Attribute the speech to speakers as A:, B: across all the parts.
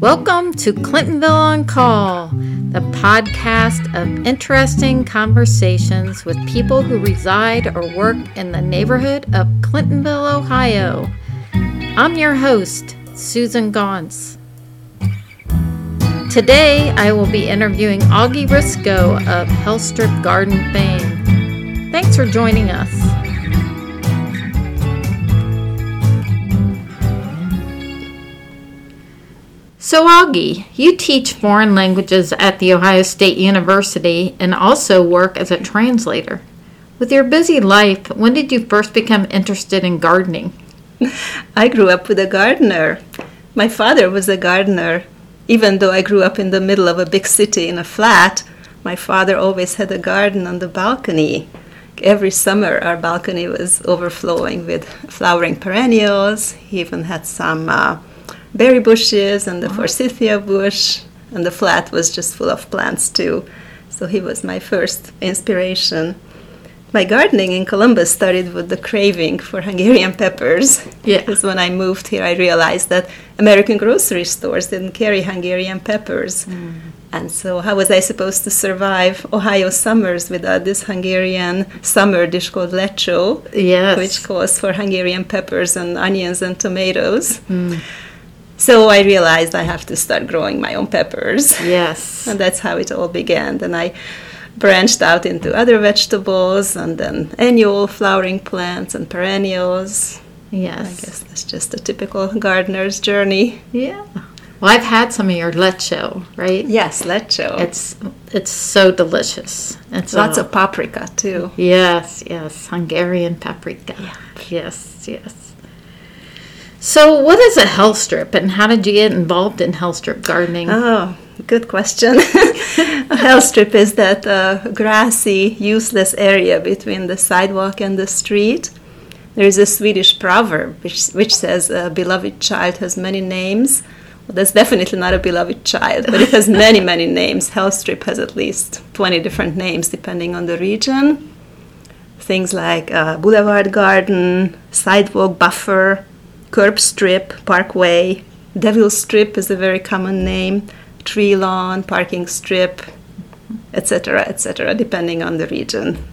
A: Welcome to Clintonville on Call, the podcast of interesting conversations with people who reside or work in the neighborhood of Clintonville, Ohio. I'm your host, Susan Gauntz. Today, I will be interviewing Augie Risco of Hellstrip Garden fame. Thanks for joining us. So, Augie, you teach foreign languages at The Ohio State University and also work as a translator. With your busy life, when did you first become interested in gardening?
B: I grew up with a gardener. My father was a gardener. Even though I grew up in the middle of a big city in a flat, my father always had a garden on the balcony. Every summer, our balcony was overflowing with flowering perennials. He even had some. Uh, berry bushes and the forsythia bush, and the flat was just full of plants too. So he was my first inspiration. My gardening in Columbus started with the craving for Hungarian peppers.
A: Yeah.
B: Because when I moved here, I realized that American grocery stores didn't carry Hungarian peppers. And so, how was I supposed to survive Ohio summers without this Hungarian summer dish called lecho?
A: Yes.
B: which calls for Hungarian peppers and onions and tomatoes. So I realized I have to start growing my own peppers.
A: yes.
B: And that's how it all began. Then I branched out into other vegetables and then annual flowering plants and perennials. I
A: Yes.
B: guess that's just a typical gardener's journey.
A: Yeah. Well, I've had some of your lecho, right?
B: Yes, lecho.
A: It's uh, it's so delicious. It's
B: Oh. Lots
A: a-
B: of paprika too.
A: Yes, yes, Hungarian paprika. Yes, yes. So, what is a hellstrip, and how did you get involved in hellstrip gardening?
B: Oh, good question. a hell strip is that uh, grassy, useless area between the sidewalk and the street. There is a Swedish proverb which, which says a beloved child has many names. Well, that's definitely not a beloved child, but it has many, many names. Hellstrip has at least 20 different names depending on the region. Things like uh, boulevard garden, sidewalk buffer, curb strip, parkway, devil strip is a very common name, tree lawn, parking strip, etc., etc., depending on the region.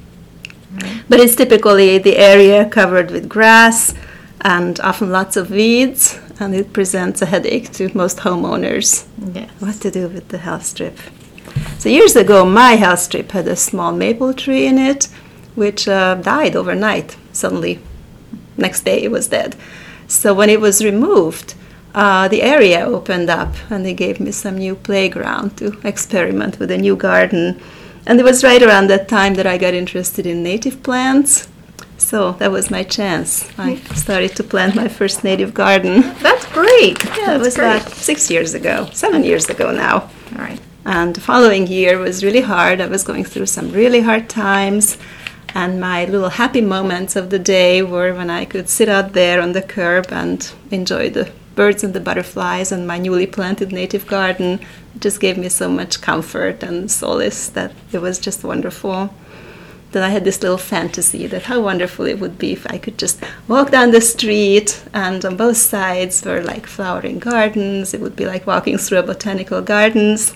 B: But it's typically the area covered with grass and often lots of weeds, and it presents a headache to most homeowners
A: yes.
B: what to do with the house strip. So years ago, my house strip had a small maple tree in it, which uh, died overnight. Suddenly, next day it was dead. So when it was removed, uh, the area opened up, and they gave me some new playground to experiment with a new garden. And it was right around that time that I got interested in native plants. So that was my chance. I started to plant my first native garden.
A: That's great.
B: That
A: That's
B: was
A: great.
B: like six years ago, seven years ago now.
A: All right.
B: And the following year was really hard. I was going through some really hard times. And my little happy moments of the day were when I could sit out there on the curb and enjoy the birds and the butterflies and my newly planted native garden. It just gave me so much comfort and solace that it was just wonderful. Then I had this little fantasy that how wonderful it would be if I could just walk down the street and on both sides were like flowering gardens. It would be like walking through a botanical gardens.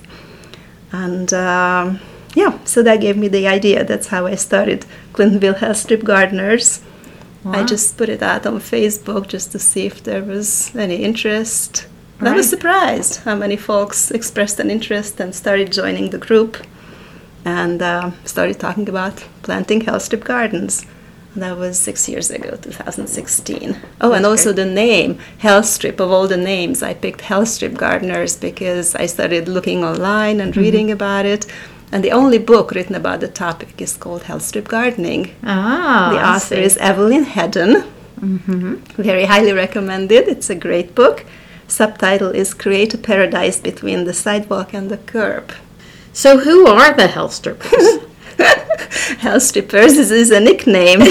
B: And um, yeah, so that gave me the idea. That's how I started Clintonville Health Strip Gardeners. I
A: Wow.
B: just put it out on Facebook just to see if there was any interest. And I was
A: Right.
B: surprised how many folks expressed an interest and started joining the group and uh, started talking about planting health strip gardens. And That was six years ago, 2016. Oh, and
A: That's
B: also the name, Health Strip. Of all the names, I picked Health Strip Gardeners because I started looking online and
A: Mm-hmm.
B: reading about it. And the only book written about the topic is called Health Strip Gardening.
A: Ah,
B: the
A: I
B: author
A: see. Mm-hmm.
B: is Evelyn Hedden. Very highly recommended. It's a great book. Subtitle is Create a Paradise Between the Sidewalk and the Curb.
A: So, who are the hellstrippers?
B: Hell strippers is, is a nickname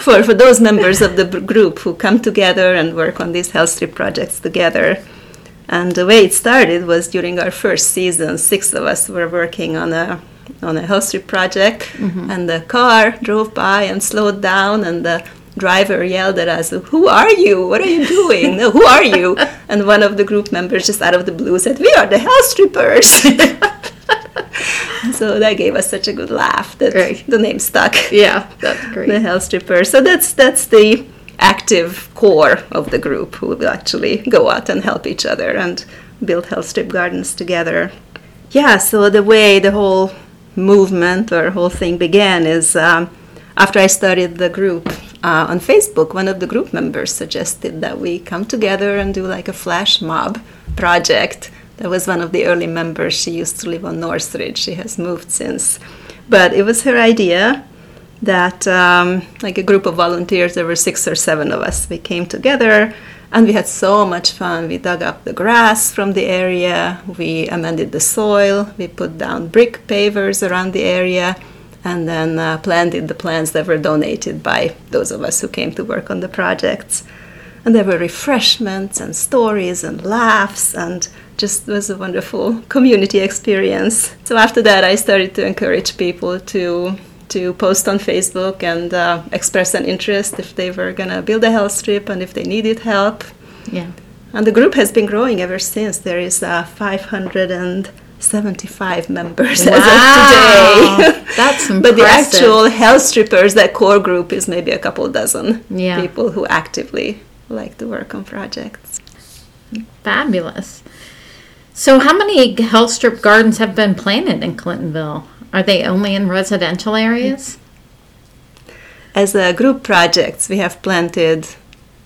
B: for, for those members of the b- group who come together and work on these hell strip projects together. And the way it started was during our first season, six of us were working on a on a hell strip project, and the car drove by and slowed down, and the driver yelled at us, Who are you? What are you doing? No, who are you? And one of the group members, just out of the blue, said, We are the hell strippers. so that gave us such a good laugh that
A: Great.
B: the name stuck.
A: Yeah, that's
B: The
A: great.
B: hell strippers. So that's that's the active core of the group who will actually go out and help each other and build hell strip gardens together. Yeah, so the way the whole movement or whole thing began is um, after I started the group uh, on Facebook, one of the group members suggested that we come together and do like a flash mob project. That was one of the early members. She used to live on Northridge. She has moved since. But it was her idea that um, like a group of volunteers there were six or seven of us we came together and we had so much fun we dug up the grass from the area we amended the soil we put down brick pavers around the area and then uh, planted the plants that were donated by those of us who came to work on the projects and there were refreshments and stories and laughs and just was a wonderful community experience. So after that, I started to encourage people to to post on Facebook and uh, express an interest if they were gonna build a health strip and if they needed help.
A: Yeah.
B: And the group has been growing ever since. There is uh, 575 members
A: Wow,
B: as of today.
A: that's
B: but the
A: impressive.
B: actual health strippers, that core group, is maybe a couple dozen
A: Yeah.
B: people who actively like to work on projects.
A: Fabulous. So, how many health strip gardens have been planted in Clintonville? Are they only in residential areas?
B: As a group projects, we have planted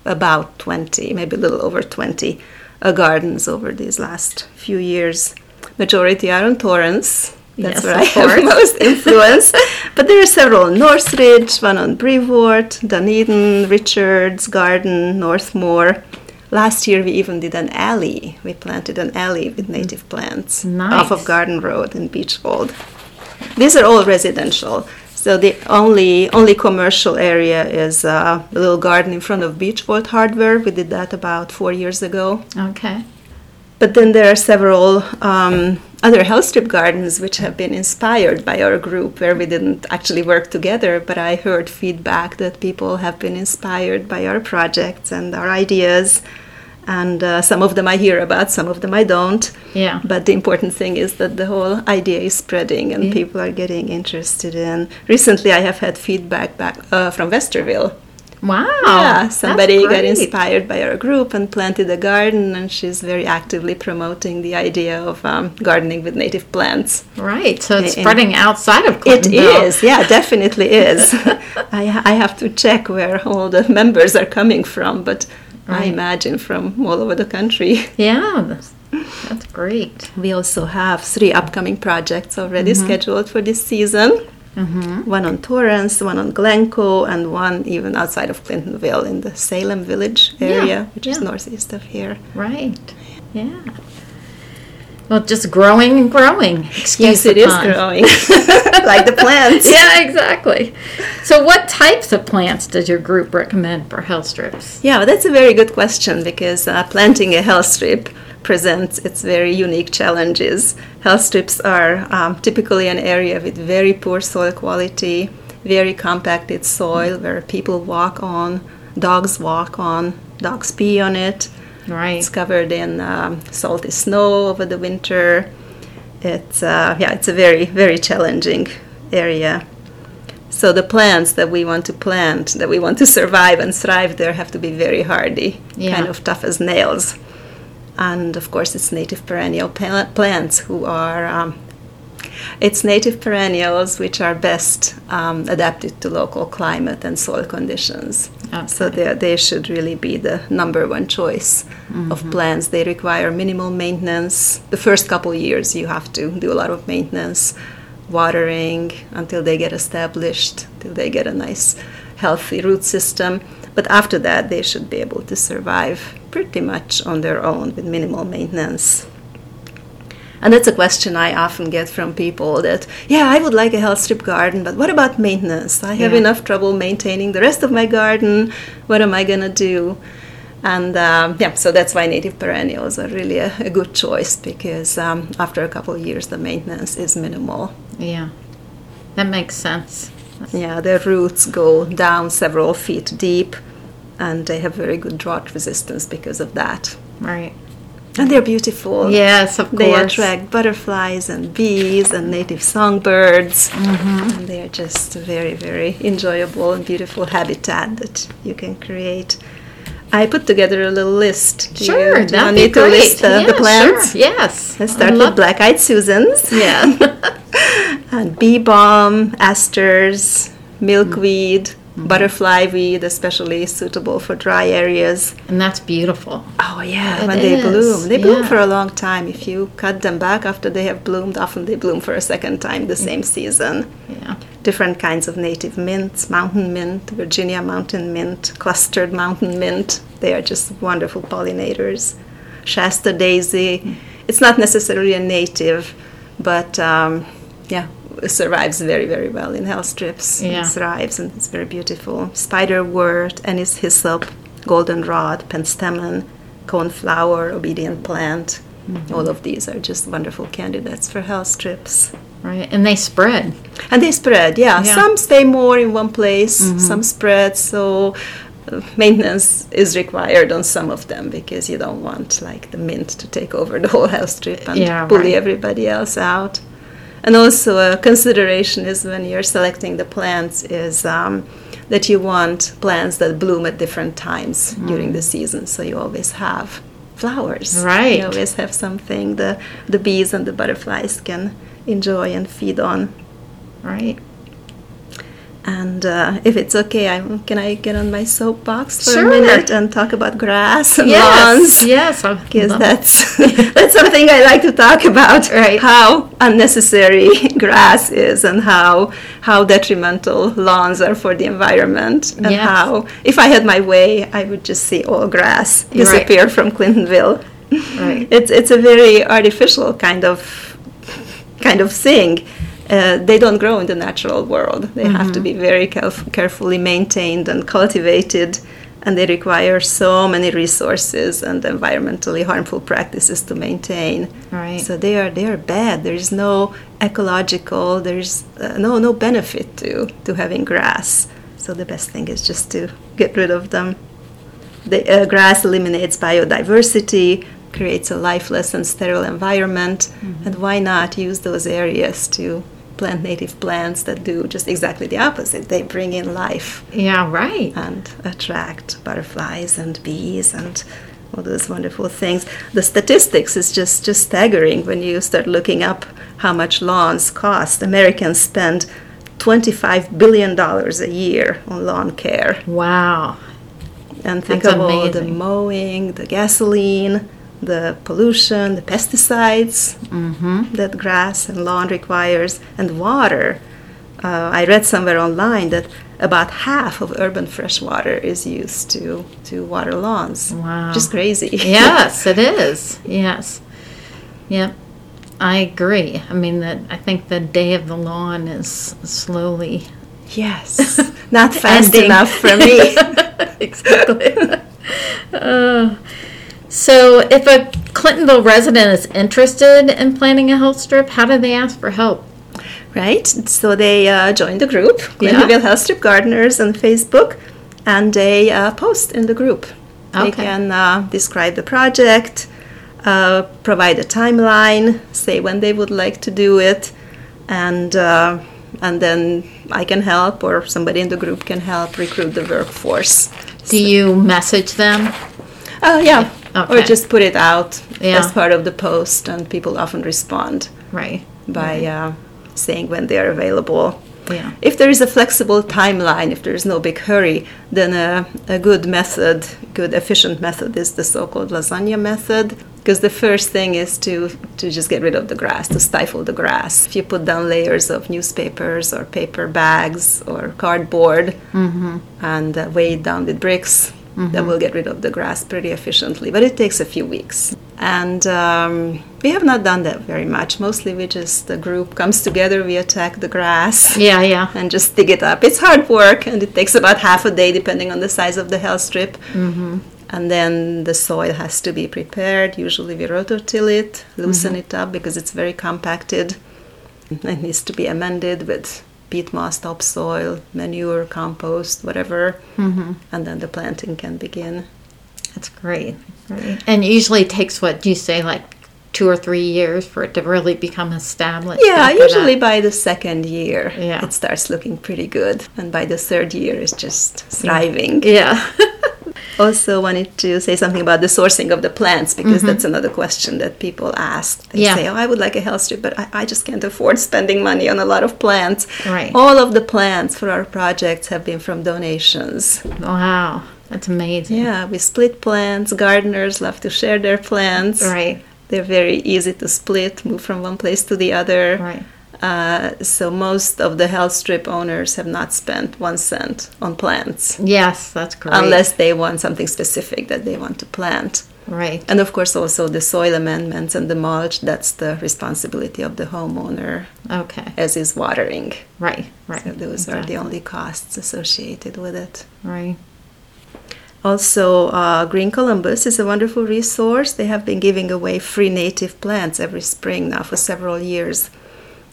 B: about 20, maybe a little over 20 uh, gardens over these last few years. Majority are on Torrance.
A: Yes,
B: That's where
A: of
B: I have
A: course.
B: most influence. but there are several on Northridge, one on Brevoort, Dunedin, Richards Garden, Northmore. Last year we even did an alley. We planted an alley with native plants
A: Nice.
B: off of Garden Road in Beachwold. These are all residential. So the only only commercial area is uh, a little garden in front of Beachwold Hardware. We did that about four years ago.
A: Okay.
B: But then there are several um, other health strip gardens which have been inspired by our group, where we didn't actually work together, but I heard feedback that people have been inspired by our projects and our ideas. And uh, some of them I hear about, some of them I don't.
A: Yeah.
B: But the important thing is that the whole idea is spreading and
A: Yeah.
B: people are getting interested in. Recently, I have had feedback back uh, from Westerville.
A: Wow.
B: yeah,
A: that's
B: somebody got
A: great.
B: inspired by our group and planted a garden, and she's very actively promoting the idea of um, gardening with native plants.
A: Right. So it's
B: Yeah, and-
A: spreading outside of
B: It is,
A: Clintonville.
B: yeah, definitely is. I, I have to check where all the members are coming from, but I
A: Right.
B: imagine from all over the country.
A: Yeah. That's, that's great.
B: We also have three upcoming projects already scheduled for this season. One on Torrance, one on Glencoe, and one even outside of Clintonville in the Salem Village area,
A: Yeah,
B: which is
A: yeah.
B: northeast of here.
A: Right. Yeah. Well, just growing and growing. Excuse
B: Yes, it is
A: upon.
B: growing, like the plants.
A: Yeah, exactly. So, what types of plants does your group recommend for health strips?
B: Yeah, well, that's a very good question because uh, planting a health strip presents its very unique challenges. Health strips are um, typically an area with very poor soil quality, very compacted soil where people walk on, dogs walk on, dogs pee on it.
A: Right.
B: It's covered in um, salty snow over the winter. It's uh, yeah, it's a very very challenging area. So the plants that we want to plant, that we want to survive and thrive there, have to be very hardy,
A: Yeah.
B: kind of tough as nails. And of course, it's native perennial pla- plants who are. Um, it's native perennials which are best um, adapted to local climate and soil conditions. So
A: Okay.
B: they, they should really be the number one choice of plants. They require minimal maintenance. The first couple years, you have to do a lot of maintenance, watering until they get established, till they get a nice, healthy root system. But after that, they should be able to survive pretty much on their own with minimal maintenance. And that's a question I often get from people that, yeah, I would like a health strip garden, but what about maintenance? I have
A: Yeah.
B: enough trouble maintaining the rest of my garden. What am I going to do? And um, yeah, so that's why native perennials are really a, a good choice because um, after a couple of years, the maintenance is minimal.
A: Yeah, that makes sense.
B: Yeah, their roots go down several feet deep, and they have very good drought resistance because of that.
A: Right.
B: And they're beautiful.
A: Yes, of
B: They
A: course.
B: attract butterflies and bees and native songbirds.
A: Mm-hmm.
B: And they are just a very, very enjoyable and beautiful habitat that you can create. I put together a little list. Do
A: Sure,
B: you, do you
A: that'd
B: want
A: be
B: me to
A: great.
B: list uh,
A: yeah,
B: the plants?
A: Sure. Yes.
B: Let's start
A: I'd
B: with
A: love-
B: black-eyed Susans.
A: Yeah.
B: and bee balm, asters, milkweed,
A: Mm-hmm.
B: butterfly weed, especially suitable for dry areas.
A: and that's beautiful.
B: Oh yeah,
A: It
B: when they
A: is,
B: bloom, they bloom
A: yeah.
B: for a long time. If you cut them back after they have bloomed, often they bloom for a second time
A: Mm.
B: the same season.
A: Yeah.
B: Different kinds of native mints, mountain mint, Virginia mountain mint, clustered mountain mint. They are just wonderful pollinators. Shasta daisy. It's not necessarily a native, but um, yeah, it survives very, very well in hell strips.
A: Yeah.
B: It thrives and it's very beautiful. Spiderwort, anise hyssop, goldenrod, penstemon, coneflower, obedient plant. All of these are just wonderful candidates for hell strips.
A: Right. And they spread.
B: And they spread, yeah.
A: Yeah. Mm-hmm.
B: Some stay more in one place, some spread, so uh, maintenance is required on some of them because you don't want like the mint to take over the whole house strip and
A: Yeah,
B: bully
A: right.
B: everybody else out. And also a consideration is when you're selecting the plants is um, that you want plants that bloom at different times
A: Mm.
B: during the season, so you always have flowers.
A: Right.
B: You always have something the the bees and the butterflies can enjoy and feed on.
A: Right.
B: And uh, if it's okay, I'm, can I get on my soapbox for
A: Sure.
B: a minute and talk about grass and
A: Yes.
B: lawns?
A: Yes. I
B: Because
A: love-
B: that's, that's something I like to talk about.
A: Right.
B: How unnecessary grass is and how, how detrimental lawns are for the environment. And
A: Yes.
B: how, if I had my way, I would just see all grass
A: You're right.
B: disappear from Clintonville.
A: Right.
B: It's, it's a very artificial kind of kind of thing. Uh, they don't grow in the natural world. They have to be very caref- carefully maintained and cultivated, and they require so many resources and environmentally harmful practices to maintain.
A: Right.
B: So they are they are bad. There is no ecological. There is uh, no no benefit to to having grass. So the best thing is just to get rid of them. The uh, grass eliminates biodiversity, creates a lifeless and sterile environment, and why not use those areas to plant native plants that do just exactly the opposite? They bring in life
A: Yeah. Right.
B: and attract butterflies and bees and all those wonderful things. The statistics is just just staggering when you start looking up how much lawns cost. Americans spend 25 billion dollars a year on lawn care
A: Wow.
B: and think
A: That's
B: of all the
A: amazing.
B: mowing, the gasoline, the pollution, the pesticides
A: Mm-hmm.
B: that grass and lawn requires, and water. Uh, I read somewhere online that about half of urban fresh water is used to, to water lawns.
A: Wow.
B: Just crazy.
A: yes, it is. Yes. Yep. I agree. I mean that I think the day of the lawn is slowly
B: yes. Not fast
A: Ending.
B: enough for me.
A: exactly. Uh, so if a Clintonville resident is interested in planning a health strip, how do they ask for help?
B: right? So they uh, join the group,
A: Yeah.
B: Glenville Health Strip Gardeners on Facebook, and they uh, post in the group. They
A: Okay.
B: can uh, describe the project, uh, provide a timeline, say when they would like to do it, and uh, and then I can help or somebody in the group can help recruit the workforce.
A: Do you message them?
B: Oh yeah, or
A: Okay.
B: just put it out
A: Yeah.
B: as part of the post, and people often respond
A: Right.
B: by uh, saying when they are available.
A: Yeah.
B: If there is a flexible timeline, if there is no big hurry, then a, a good method, good efficient method is the so-called lasagna method. Because the first thing is to, to just get rid of the grass, to stifle the grass. If you put down layers of newspapers or paper bags or cardboard and uh, weigh it down with bricks, that will get rid of the grass pretty efficiently. But it takes a few weeks. And um, we have not done that very much. Mostly we just, the group comes together, we attack the grass
A: Yeah, yeah.
B: and just dig it up. It's hard work, and it takes about half a day, depending on the size of the hell strip. Mm-hmm. And then the soil has to be prepared. Usually, we rototill Mm-hmm. it, loosen it up because it's very compacted. It needs to be amended with peat moss, topsoil, manure, compost, whatever, mm-hmm. and then the planting can begin.
A: That's great. great. And usually takes what do you say, like two or three years for it to really become established?
B: Yeah, usually that. by the second year,
A: Yeah.
B: it starts looking pretty good, and by the third year, it's just thriving.
A: Yeah.
B: Also, wanted to say something about the sourcing of the plants because that's another question that people ask. They
A: Mm-hmm. Yeah.
B: say, "Oh, I would like a health strip, but I, I just can't afford spending money on a lot of plants."
A: Right.
B: All of the plants for our projects have been from donations.
A: wow. That's amazing.
B: Yeah, we split plants. Gardeners love to share their plants.
A: Right.
B: They're very easy to split, move from one place to the other.
A: Right.
B: Uh, so most of the health strip owners have not spent one cent on plants
A: Yes, that's great.
B: unless they want something specific that they want to plant.
A: right.
B: And of course, also the soil amendments and the mulch, that's the responsibility of the homeowner,
A: Okay.
B: as is watering.
A: Right. Right.
B: So those are
A: Exactly.
B: the only costs associated with it.
A: Right.
B: Also, uh, Green Columbus is a wonderful resource. They have been giving away free native plants every spring now for several years.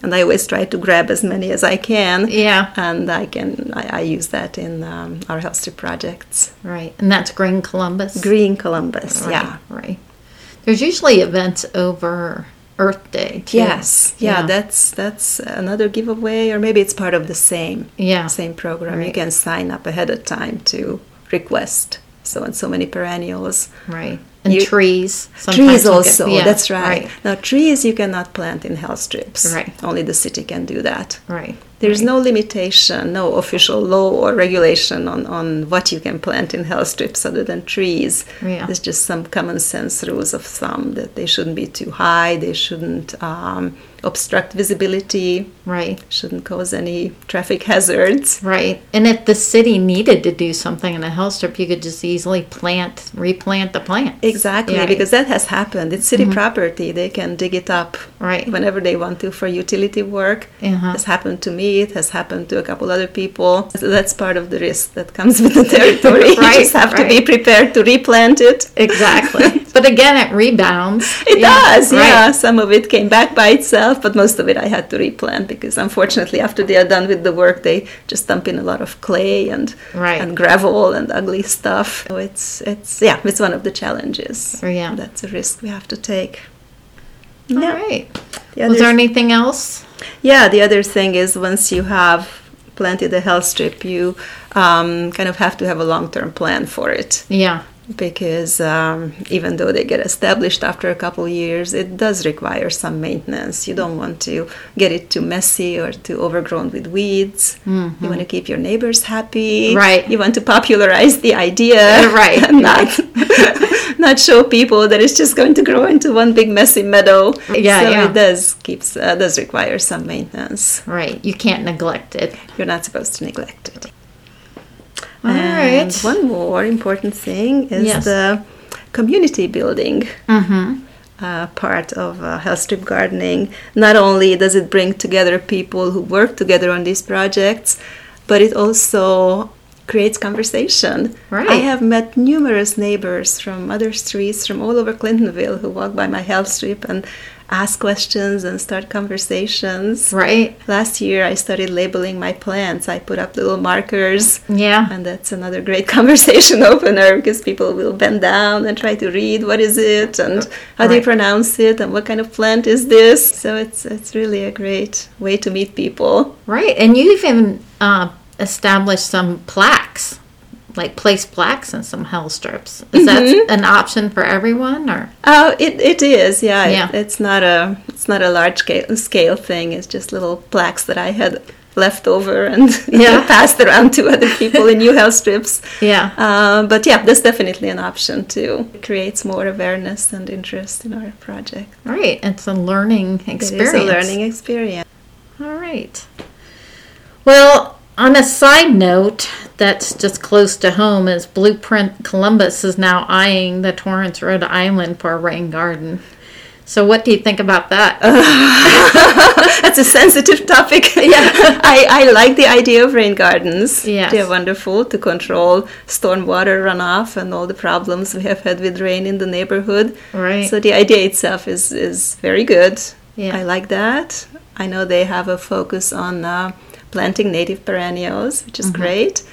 B: And I always try to grab as many as I can.
A: Yeah.
B: And I can I, I use that in um, our health strip projects.
A: Right. And that's Green Columbus.
B: Green Columbus,
A: Right,
B: yeah.
A: Right. There's usually events over Earth Day. too.
B: Yes, yeah, that's that's another giveaway, or maybe it's part of the same
A: Yeah.
B: same program. You
A: Right.
B: can sign up ahead of time to request so and so many perennials.
A: Right. And
B: You-
A: trees.
B: trees
A: will get-
B: also,
A: yeah,
B: that's right. Now trees you cannot plant in health strips.
A: Right.
B: Only the city can do that.
A: Right. right.
B: There's no limitation, no official law or regulation on, on what you can plant in health strips other than trees.
A: Yeah.
B: There's just some common sense rules of thumb that they shouldn't be too high, they shouldn't um, obstruct visibility,
A: Right.
B: shouldn't cause any traffic hazards.
A: Right. And if the city needed to do something in a health strip, you could just easily plant, replant the plants.
B: Exactly,
A: Yeah. Mm-hmm.
B: because that has happened. It's city property. They can dig it up
A: Right.
B: whenever they want to for utility work.
A: Uh-huh.
B: It's happened to me. It has happened to a couple other people. So that's part of the risk that comes with the territory.
A: Right,
B: you just have to be
A: right.
B: prepared to replant it.
A: Exactly. but again, it rebounds.
B: It does,
A: Right.
B: yeah. Some of it came back by itself, but most of it I had to replant because unfortunately, after they are done with the work, they just dump in a lot of clay and
A: Right.
B: and gravel and ugly stuff. So it's it's yeah, it's one of the challenges.
A: Oh, yeah.
B: that's a risk we have to take.
A: All
B: Yeah.
A: right.
B: The
A: Was there
B: other-
A: anything else?
B: yeah, the other thing is once you have planted a health strip, you um, kind of have to have a long-term plan for it
A: Yeah.
B: because um, even though they get established after a couple years, it does require some maintenance. You don't want to get it too messy or too overgrown with weeds. You want to keep your neighbors happy.
A: Mm-hmm. Right.
B: You want to popularize the idea.
A: Right,
B: and not not show people that it's just going to grow into one big messy meadow.
A: Yeah,
B: So
A: yeah.
B: it does keeps uh, does require some maintenance.
A: Right. You can't neglect it.
B: You're not supposed to neglect it.
A: All right.
B: And One more important thing is
A: Yes.
B: the community building
A: Mm-hmm.
B: uh, part of uh, health strip gardening. Not only does it bring together people who work together on these projects, but it also creates conversation.
A: Right.
B: I have met numerous neighbors from other streets from all over Clintonville who walk by my health strip and ask questions and start conversations.
A: Right.
B: Last year, I started labeling my plants. I put up little markers.
A: Yeah.
B: And that's another great conversation opener because people will bend down and try to read what is it and how do you
A: Right.
B: pronounce it and what kind of plant is this. So it's it's really a great way to meet people.
A: Right, and you even uh, established some plaques, like place plaques in some hell strips. Is
B: Mm-hmm.
A: that an option for everyone, or
B: Oh, it, it is, yeah. it-
A: Yeah.
B: it's not a it's not a large scale, scale thing. It's just little plaques that I had left over and
A: Yeah.
B: passed around to other people in new health strips.
A: yeah,
B: Uh, but yeah, that's definitely an option too. It creates more awareness and interest in our project.
A: right? It's a learning experience.
B: It is a learning experience.
A: All right. Well, on a side note that's just close to home is Blueprint Columbus is now eyeing the Torrance, Rhode Island for a rain garden. So, what do you think about that?
B: That's a sensitive topic. Yeah, I, I like the idea of rain gardens.
A: Yes.
B: They're wonderful to control stormwater runoff and all the problems we have had with rain in the neighborhood.
A: Right.
B: So the idea itself is, is very good.
A: Yeah.
B: I like that. I know they have a focus on uh, planting native perennials, which
A: Mm-hmm.
B: is great.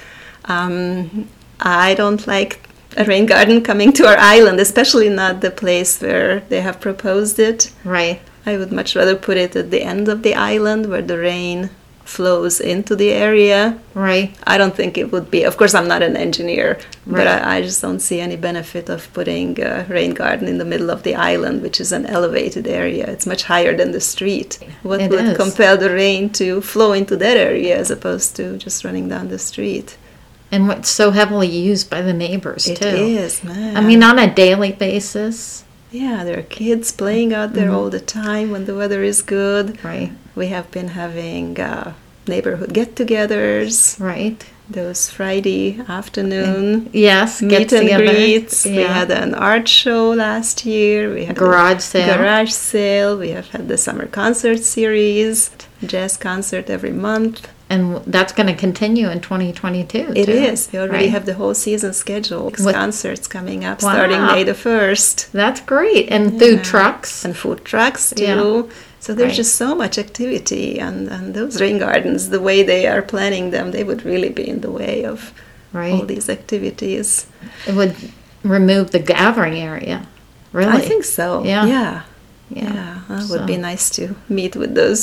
B: Um, I don't like a rain garden coming to our island, especially not the place where they have proposed it.
A: Right.
B: I would much rather put it at the end of the island where the rain flows into the area.
A: Right.
B: I don't think it would be. Of course, I'm not an engineer,
A: Right.
B: but I, I just don't see any benefit of putting a rain garden in the middle of the island, which is an elevated area. It's much higher than the street. What
A: It
B: would
A: is.
B: compel the rain to flow into that area as opposed to just running down the street?
A: And what's so heavily used by the neighbors
B: It
A: too.
B: is, man.
A: I mean, on a daily basis.
B: yeah, there are kids playing out there
A: Mm-hmm.
B: all the time when the weather is good.
A: Right.
B: We have been having uh, neighborhood get-togethers
A: Right.
B: those Friday afternoon.
A: Yes.
B: meet and
A: get-togethers.
B: greets. We
A: Yeah.
B: had an art show last year. We had a
A: Garage sale.
B: Garage sale. We have had the summer concert series, jazz concert every month.
A: and that's going to continue in 2022.
B: It
A: too,
B: is. We already
A: right?
B: have the whole season scheduled.
A: What-
B: Concerts coming up
A: Wow.
B: starting May the first.
A: That's great. And through trucks.
B: and food trucks too.
A: Yeah.
B: So there's
A: Right.
B: just so much activity, and, and those rain gardens, the way they are planning them, they would really be in the way of all
A: Right.
B: these activities.
A: It would remove the gathering area. Really?
B: I think so.
A: Yeah.
B: Yeah.
A: Yeah.
B: Yeah, it would
A: So-
B: be nice to meet with those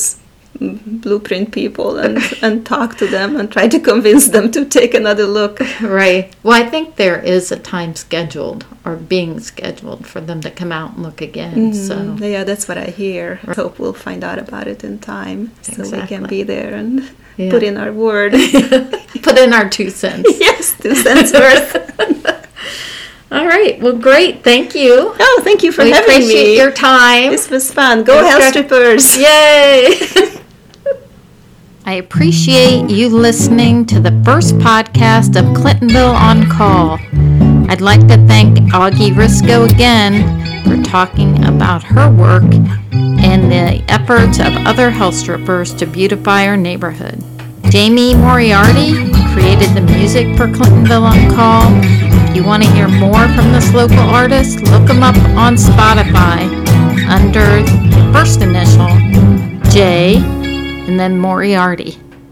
B: mm, blueprint people and, and talk to them and try to convince them to take another look.
A: Right. Well, I think there is a time scheduled or being scheduled for them to come out and look again. So,
B: Yeah, that's what I hear. Hope we'll find out about it in time so we can
A: Exactly.
B: be there and
A: Yeah.
B: put in our word.
A: put in our two cents.
B: yes, two cents worth.
A: All right. Well, great. Thank you.
B: Oh, thank you for
A: we
B: having
A: appreciate
B: me.
A: your time.
B: this was fun. Go
A: Let's
B: hell
A: go-
B: strippers.
A: Yay! I appreciate you listening to the first podcast of Clintonville on Call. I'd like to thank Augie Risco again for talking about her work and the efforts of other health strippers to beautify our neighborhood. Jamie Moriarty created the music for Clintonville on Call. If you want to hear more from this local artist, look him up on Spotify under the first initial J and then Moriarty.